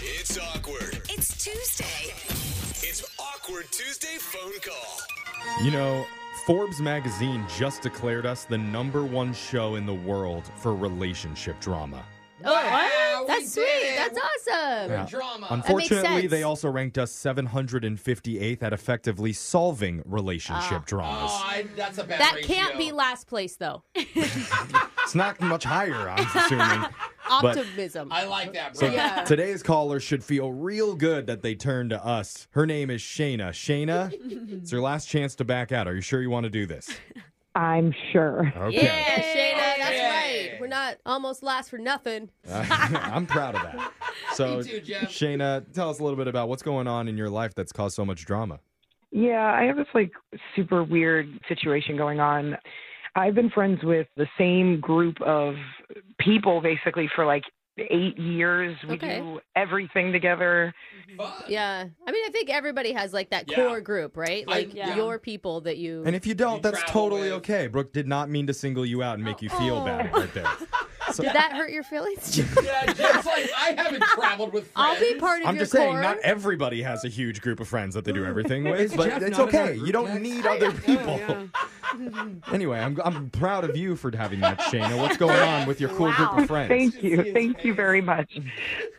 It's awkward. It's Tuesday. It's awkward Tuesday phone call. You know, Forbes magazine just declared us the number one show in the world for relationship drama. Oh, Wow, what? we did That's sweet. it. That's awesome. Yeah. drama. Unfortunately, sense. they also ranked us 758th at effectively solving relationship dramas. oh, I, that's a bad That ratio. can't be last place, though. It's not much higher, I'm assuming. But- Optimism. I like that, So bro. Yeah. today's caller should feel real good that they turned to us. Her name is Shayna. Shayna, it's your last chance to back out. Are you sure you want to do this? I'm sure. Okay. yeah, Shayna, that's Okay. right. We're not almost last for nothing. I'm proud of that. So, Me too, Jeff. Shayna, tell us a little bit about what's going on in your life that's caused so much drama. Yeah, I have this like super weird situation going on. I've been friends with the same group of people basically for like eight years. We Okay. do everything together. Fuck. Yeah. I mean, I think everybody has like that Yeah. core group, right? I- Like yeah. your people that you. And if you don't, You that's travel totally with- okay. Brooke did not mean to single you out and make you feel Oh. bad right there. So, Did that hurt your feelings? Yeah, Jeff's like, I haven't traveled with friends. I'll be part of I'm your just core. saying, not everybody has a huge group of friends that they do everything with, but Jeff it's not in our okay. group You don't text? need other people. anyway, I'm, I'm proud of you for having that, Shayna. What's going on with your cool group of friends? Thank you. Thank you very much.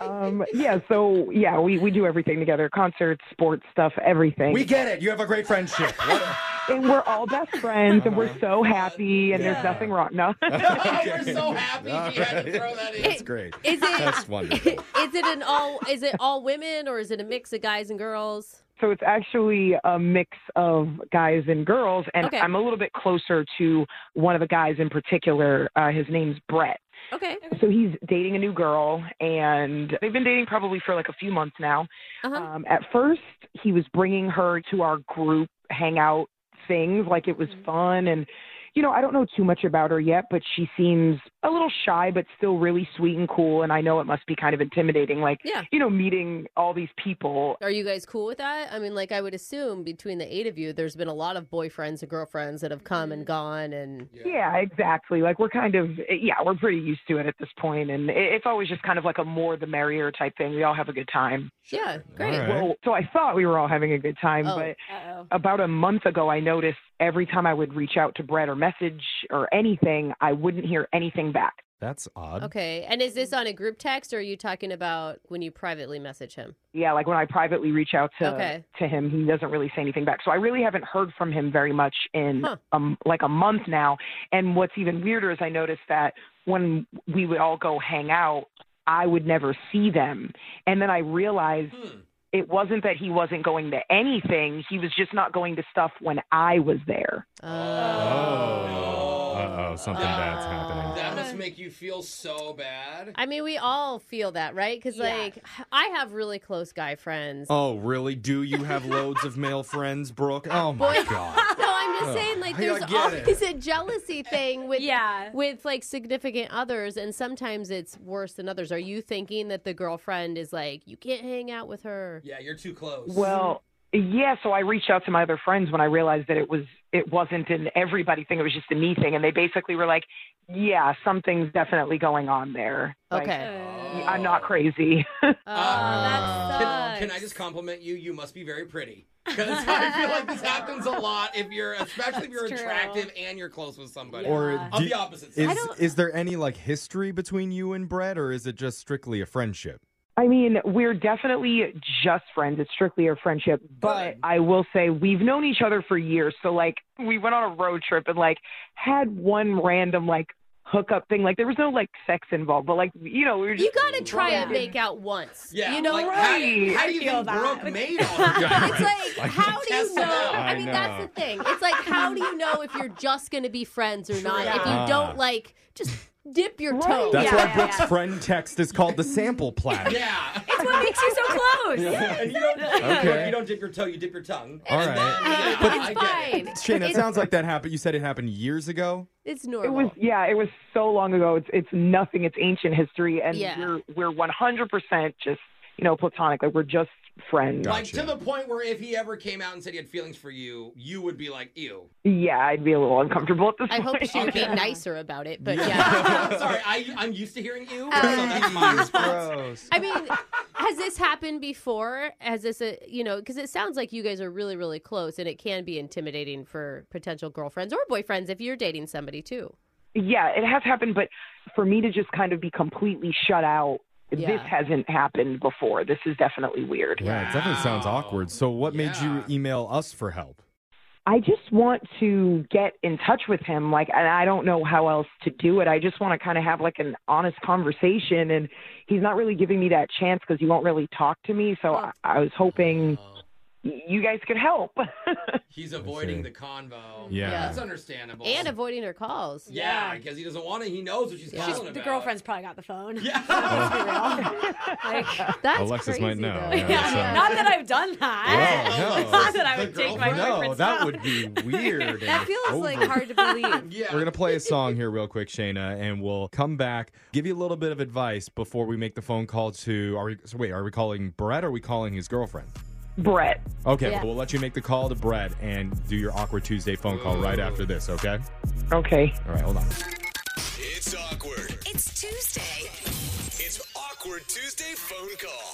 Um, yeah, so yeah, we, we do everything together concerts, sports stuff, everything. we get it. You have a great friendship. What- and we're all best friends and we're so happy and there's Uh-huh. Yeah. nothing wrong. No. Oh, we're so happy All she had right. to throw that in. That's great. Is it? That's wonderful. Is it an all? Is it all women or is it a mix of guys and girls? So it's actually a mix of guys and girls, and Okay. I'm a little bit closer to one of the guys in particular. Uh, his name's Brett. Okay. So he's dating a new girl, and they've been dating probably for like a few months now. Uh-huh. Um, at first, he was bringing her to our group hangout things, like it was Mm-hmm. fun. And, you know, I don't know too much about her yet, but she seems a little shy, but still really sweet and cool. And I know it must be kind of intimidating, like, Yeah. you know, meeting all these people Are you guys cool with that? I mean, like, I would assume between the eight of you, there's been a lot of boyfriends and girlfriends that have come Mm. and gone. And Yeah, exactly. Like we're kind of yeah, we're pretty used to it at this point, and it- it's always just kind of like a more the merrier type thing. We all have a good time. yeah, great. All right. Well, so I thought we were all having a good time, Oh. but Uh-oh. about a month ago, I noticed every time I would reach out to Brett or message or anything, I wouldn't hear anything back. That's odd. Okay. And is this on a group text or are you talking about when you privately message him? Yeah, like when I privately reach out to Okay. to him, he doesn't really say anything back. So I really haven't heard from him very much in Huh. um like a month now. And what's even weirder is I noticed that when we would all go hang out, I would never see them. And then I realized Hmm. it wasn't that he wasn't going to anything, he was just not going to stuff when I was there. Oh. Uh oh. Something bad's happening. That must make you feel so bad. I mean, we all feel that, right? Because, Yeah. like, I have really close guy friends. Oh, really? Do you have loads of male friends, Brooke? Oh my god. So I'm just Oh, saying, like, I there's get it. always a jealousy thing with Yeah. with like significant others, and sometimes it's worse than others. Are you thinking that the girlfriend is like, you can't hang out with her? Yeah, you're too close. Well, yeah, so I reached out to my other friends when I realized that it was it wasn't an everybody thing, it was just a me thing and they basically were like, Yeah, something's definitely going on there. Like, Okay. uh, Oh. I'm not crazy. Oh, Uh, that can, sucks. can I just compliment you? You must be very pretty. Because I feel like this happens a lot if you're, especially if you're That's true. attractive and you're close with somebody. Or I'm do- the opposite. side. is is there any like history between you and Brett, or is it just strictly a friendship? I mean, we're definitely just friends. It's strictly a friendship, but I will say we've known each other for years. So like we went on a road trip and like had one random like hookup thing. Like there was no like sex involved, but like you know, we Uh, were just you gotta try and Yeah. make out once. Yeah, you know, like, right. How, how do you Feel think that. Brooke made all her guy It's like, how do you test know? it out. I I mean, know. that's the thing. It's like, how do you know if you're just going to be friends or not? If Ah. you don't, like, just dip your Right. toe. That's Yeah, why yeah, Brooke's yeah. friend text is called the sample platter. Yeah. It's what makes you so close. And you don't, Okay. you don't- you don't dip your toe, you dip your tongue. All right. Yeah, I It's get it. fine. Shane, it sounds like that happened. You said it happened years ago. It's It normal. was yeah, it was so long ago. It's it's nothing. It's ancient history, and Yeah. we're we're one hundred percent just you know platonic. Like we're just friends. Like Gotcha. to the point where if he ever came out and said he had feelings for you, you would be like, ew. yeah, I'd be a little uncomfortable at this I hope point. she would be nicer about it, but yeah. I'm sorry, I, I'm used to hearing ew. so that's Jeez, gross. I mean, has this happened before? Has this, a, you know, because it sounds like you guys are really, really close, and it can be intimidating for potential girlfriends or boyfriends if you're dating somebody too. Yeah, it has happened, but for me to just kind of be completely shut out, Yeah. this hasn't happened before. This is definitely weird. Yeah, it definitely sounds Wow. awkward. So, what made you Yeah. email us for help? I just want to get in touch with him. Like, and I don't know how else to do it. I just want to kind of have like an honest conversation. And he's not really giving me that chance because he won't really talk to me. So I, I was hoping Oh, y- you guys could help. he's avoiding see. the convo. Yeah. that's understandable. And avoiding her calls. yeah, Yeah. because he doesn't want to. He knows what she's She's, calling the about. girlfriend's probably got the phone. Yeah. Let's be real. Like, That's Alexis crazy, might know. though. Yeah, yeah, so- not that I've done that. Well, no. not that I would The take my girlfriend? boyfriend's No, that phone. would be weird. That and feels like over. hard to believe. yeah. We're going to play a song here, real quick, Shayna, and we'll come back, give you a little bit of advice before we make the phone call to. Are we, so wait, are we calling Brett or are we calling his girlfriend? Brett. Okay, Yeah. we'll let you make the call to Brett and do your awkward Tuesday phone call right after this, okay? Okay. All right, hold on. It's awkward. It's Tuesday. It's awkward Tuesday phone call.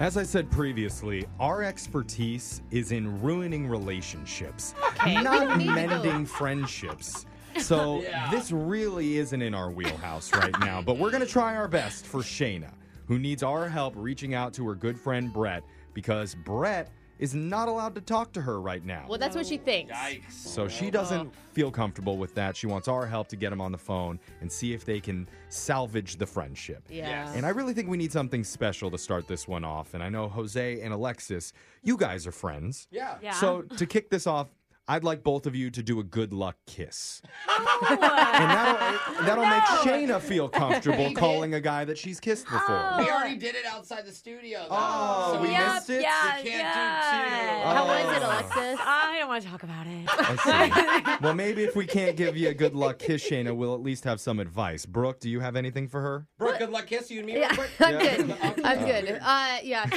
As I said previously, our expertise is in ruining relationships, not mending friendships. So Yeah. this really isn't in our wheelhouse right now, but we're going to try our best for Shayna, who needs our help reaching out to her good friend Brett because Brett is not allowed to talk to her right now. Well, that's what she thinks. Yikes. so Oh, she doesn't feel comfortable with that. She wants our help to get him on the phone and see if they can salvage the friendship. Yeah. And I really think we need something special to start this one off. And I know Jose and Alexis, you guys are friends. Yeah. Yeah. So to kick this off, I'd like both of you to do a good luck kiss. Oh. and that'll, that'll make Shayna feel comfortable calling a guy that she's kissed before. We already did it outside the studio. Though. Oh, so we Oh. Yep, missed it? Yeah, We can't do two. yeah. How Oh. was it, Alexis? I don't want to talk about it. I see. well, maybe if we can't give you a good luck kiss, Shayna, we'll at least have some advice. Brooke, do you have anything for her? Brooke, good luck kiss you and me real quick. I'm Yeah. good. I'm good. Uh, yeah.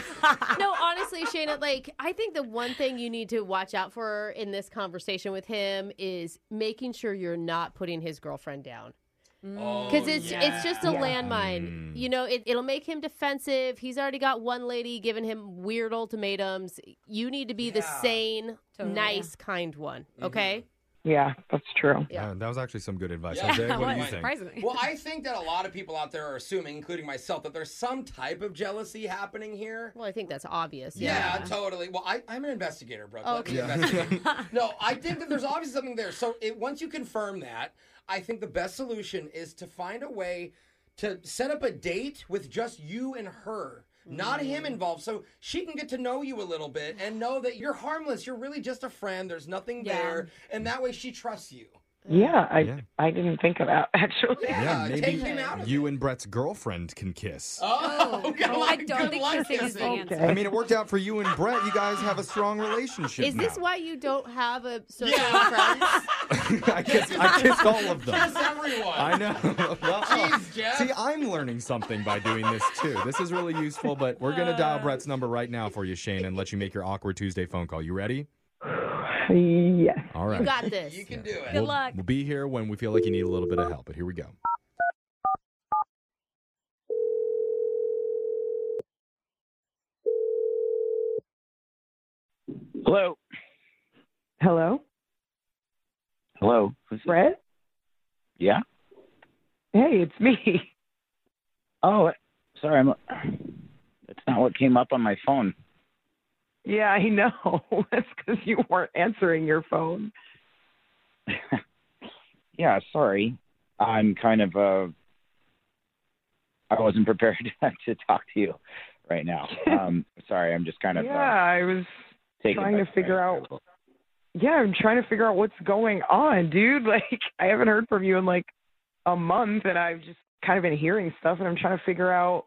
No, honestly, Shayna, like I think the one thing you need to watch out for in this conversation with him is making sure you're not putting his girlfriend down Oh, because Um, it's it's just a Yeah. landmine. You know, it, it'll make him defensive. He's already got one lady giving him weird ultimatums. You need to be the Yeah. sane, Totally, nice, kind one. Okay. Yeah, that's true. Yeah. Uh, that was actually some good advice. Yeah. Jose, what do you was, think? Surprisingly. Well, I think that a lot of people out there are assuming, including myself, that there's some type of jealousy happening here. Well, I think that's obvious. Yeah, totally. Well, I, I'm an investigator, Brooke. Let me Okay. Yeah. investigate. no, I think that there's obviously something there. So it, once you confirm that, I think the best solution is to find a way to set up a date with just you and her. Not him involved, so she can get to know you a little bit and know that you're harmless. You're really just a friend. There's nothing Yeah. there, and that way she trusts you. Yeah, I Yeah. I didn't think of that actually. Yeah, Yeah, take maybe him Uh, out of you and Brett's girlfriend can kiss. Oh, good Oh, I luck- don't good think luck kissing is the kissing. answer. I mean, it worked out for you and Brett. You guys have a strong relationship. Is this now. why you don't have a social Yeah. friends? I kissed, I kissed all of them. Kiss everyone. I know. Wow. Jeez, Jeff. See, I'm learning something by doing this too. This is really useful, but we're going to dial Uh. Brett's number right now for you, Shane, and let you make your awkward Tuesday phone call. You ready? Yes. All right. You got this. You can do it. Good we'll, luck. We'll be here when we feel like you need a little bit of help, but here we go. Hello. Hello, Hello. Who's this? Brett. Yeah. Hey, it's me. Oh, sorry. I'm. That's not what came up on my phone. Yeah, I know. That's because you weren't answering your phone. Yeah, sorry. I'm kind of. Uh, I wasn't prepared to talk to you right now. Um, sorry. I'm just kind of. yeah, Uh, I was. taken trying by to the figure surprise. Yeah, I'm trying to figure out what's going on, dude. Like, I haven't heard from you in like a month, and I've just kind of been hearing stuff, and I'm trying to figure out.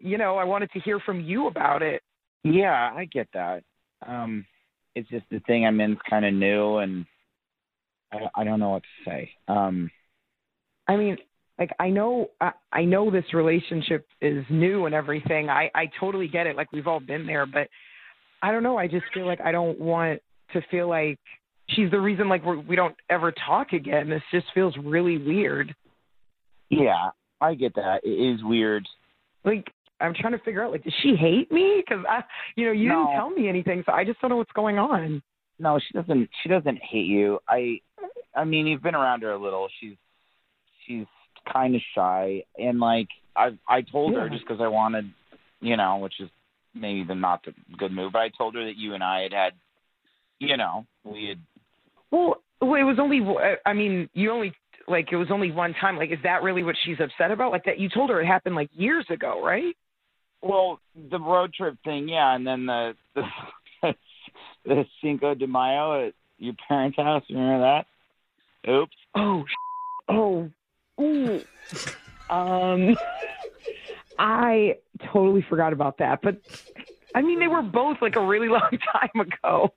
You know, I wanted to hear from you about it. Yeah, I get that. Um, it's just the thing I'm in's kind of new, and I, I don't know what to say. Um, I mean, like I know I, I know this relationship is new and everything. I I totally get it. Like we've all been there, but I don't know. I just feel like I don't want to feel like she's the reason like we're, we don't ever talk again. This just feels really weird. yeah, I get that. It is weird. Like I'm trying to figure out like, does she hate me? Because I, you know, you No. didn't tell me anything, so I just don't know what's going on. No, she doesn't. She doesn't hate you. I, I mean, you've been around her a little. She's, she's kind of shy, and like I, I told her Yeah. just because I wanted, you know, which is maybe the not the good move. But I told her that you and I had had, you know, we had. Well, well, it was only. uh, I mean, you only like it was only one time. Like, is that really what she's upset about? Like that you told her it happened like years ago, right? Well, the road trip thing, yeah, and then the the, the Cinco de Mayo at your parents' house. Remember that? Oops. Oh, oh, ooh. um, I totally forgot about that. But I mean, they were both like a really long time ago.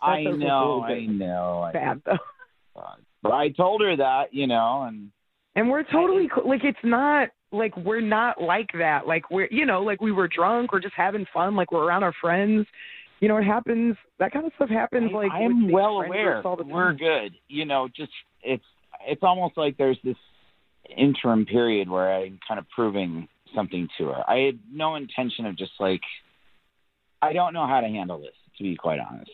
I doesn't know. feel I good. know. I Bad though. But I told her that, you know, and And we're totally co- like it's not like we're not like that. Like we're you know like we were drunk. We're just having fun. Like we're around our friends. You know it happens. That kind of stuff happens. like I with am these well friend aware groups all the time. we're good. You know, just it's it's almost like there's this interim period where I'm kind of proving something to her. I had no intention of just like I don't know how to handle this, to be quite honest.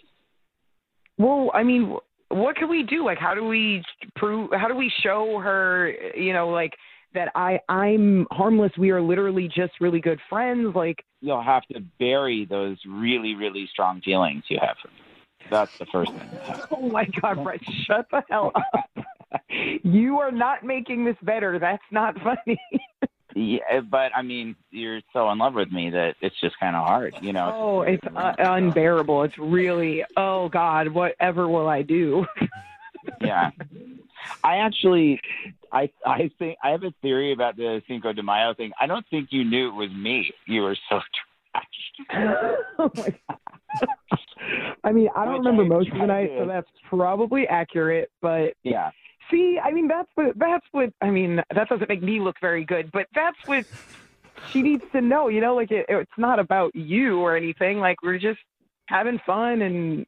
Well, I mean, wh- what can we do? Like, how do we prove? How do we show her? You know, like that I I'm harmless. We are literally just really good friends. Like, You'll have to bury those really, really strong feelings you have. For me. That's the first thing. oh my God, Brett, shut the hell up. you are not making this better. That's not funny. yeah, but I mean, you're so in love with me that it's just kind of hard, you know. Oh, it's uh, unbearable. It's really. Oh God, whatever will I do? yeah. I actually, I I think I have a theory about the Cinco de Mayo thing. I don't think you knew it was me. You were so trash. oh my God. I mean, I don't Which remember I most of the tried night, to- so that's probably accurate. But Yeah, See, I mean that's what that's what I mean. That doesn't make me look very good, but that's what she needs to know. You know, like it, it's not about you or anything. Like we're just having fun, and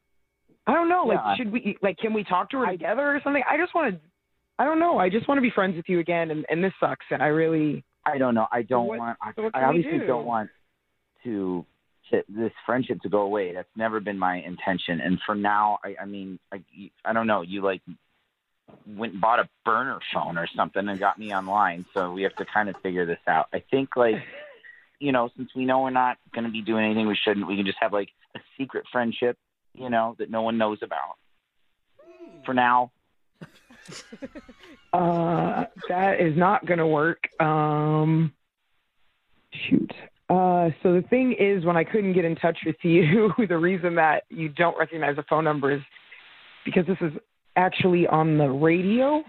I don't know. Like Yeah. should we? Like can we talk to her I- together or something? I just want to. I don't know. I just want to be friends with you again, and, and this sucks. And I really. I don't know. I don't what- want. I, so what I can we obviously do? not want to, to this friendship to go away. That's never been my intention. And for now, I, I mean, I, I don't know. You like went and bought a burner phone or something and got me online. So we have to kind of figure this out. I think like. You know, since we know we're not going to be doing anything we shouldn't, we can just have like a secret friendship, you know, that no one knows about. For now, Uh, that is not going to work. Um, shoot. Uh, so the thing is, when I couldn't get in touch with you, the reason that you don't recognize the phone number is because this is actually on the radio.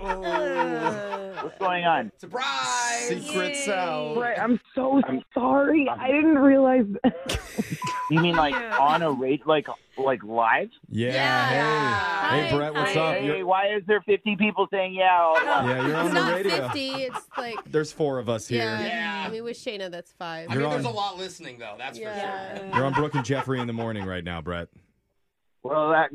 Awkward. what's going on? Surprise! Secrets out. Right. I'm so sorry. I didn't realize. You mean like on a rate, like like live? Yeah. Yeah. Hey. Hi, Hey, Brett, what's hi. up? Hey, You're, why is there 50 people saying yeah? all at once? yeah, you're It's on the not radio. 50. It's like, There's four of us here. yeah. Yeah. I mean, with Shayna, that's five. I mean, You're there's a on. lot listening though. That's for sure. yeah. You're on Brooke and Jeffrey in the morning right now, Brett. Well, that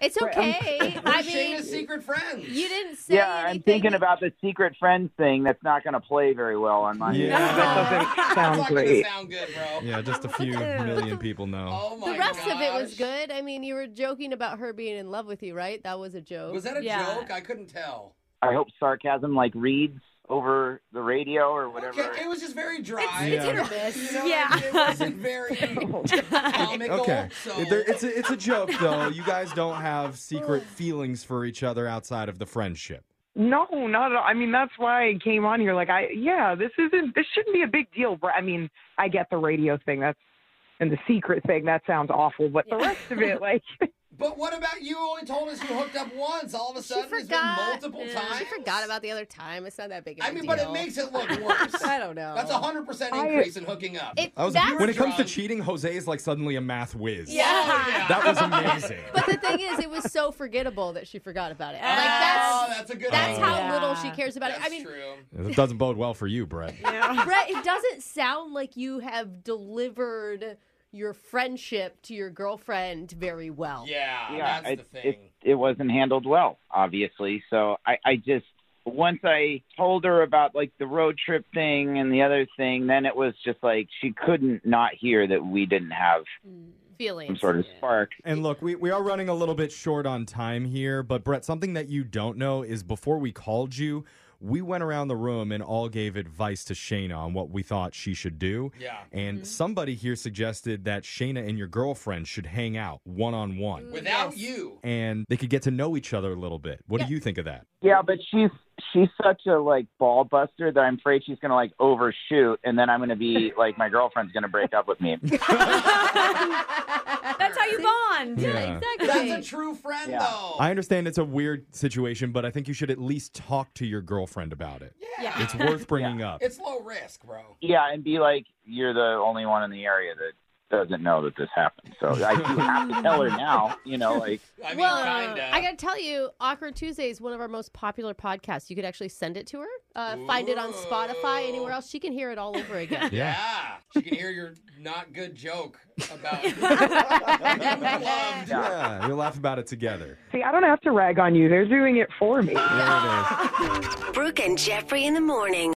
It's um, okay. We're I Shayna's mean, secret friends. you didn't say yeah, I'm anything. thinking about the secret friends thing. That's not going to play very well on my. Yeah. That doesn't It's sound not gonna great. sound good, bro. Yeah, just a few million people know. Oh my The rest of it was gosh. good. I mean, you were joking about her being in love with you, right? That was a joke. Was that a Yeah. joke? I couldn't tell. I hope sarcasm like reads over the radio or whatever. Okay, it was just very dry. it's hit or miss. You know, Yeah. It wasn't very comical. Okay. So There- It's, a, it's a joke, though. You guys don't have secret feelings for each other outside of the friendship. No, not at all. I mean, that's why I came on here. Like, I yeah, this isn't. This shouldn't be a big deal. But I mean, I get the radio thing. That's and the secret thing. That sounds awful. But the rest of it, like, but what about you? Only told us you hooked up once. All of a She sudden, it's been forgot. multiple Yeah. times. She forgot about the other time. It's not that big. Of I a mean, but it deal. makes it look worse. I don't know. That's a hundred percent I- increase in hooking up. It, I was, that's, when it comes to drunk. cheating, Jose is like suddenly a math whiz. Oh, Yeah. That was amazing. but the thing is, it was so forgettable that she forgot about it. Like oh, that's that's, a good. that's one. how Yeah. little she cares about That's it. I mean, true. It doesn't bode well for you, Brett. Brett, it doesn't sound like you have delivered your friendship to your girlfriend very well. Yeah, yeah, that's it, the thing. it it wasn't handled well, obviously. So I I just once I told her about like the road trip thing and the other thing, then it was just like she couldn't not hear that we didn't have some Feelings. sort of spark. And look, we, we are running a little bit short on time here, but Brett, something that you don't know is before we called you, we went around the room and all gave advice to Shayna on what we thought she should do. Yeah. And somebody here suggested that Shayna and your girlfriend should hang out one on Mm, one Without you. and they could get to know each other a little bit. What do you think of that? Yeah, but she's she's such a like ball buster that I'm afraid she's gonna like overshoot, and then I'm gonna be like my girlfriend's gonna break up with me. That's how you bond. Yeah. That's a true friend, Yeah. though. I understand it's a weird situation, but I think you should at least talk to your girlfriend about it. Yeah. It's worth bringing up. it's low risk, bro. Yeah, and be like, you're the only one in the area that doesn't know that this happened. So I do have to tell her now. You know, like I mean, well, kinda. I got to tell you, Awkward Tuesday is one of our most popular podcasts. You could actually send it to her, uh, find it on Spotify, Ooh. anywhere else. She can hear it all over again. yeah. Yeah. She can hear your not good joke about loved. Yeah, we'll laugh about it together. See, I don't have to rag on you. They're doing it for me. There it is. Brooke and Jeffrey in the morning.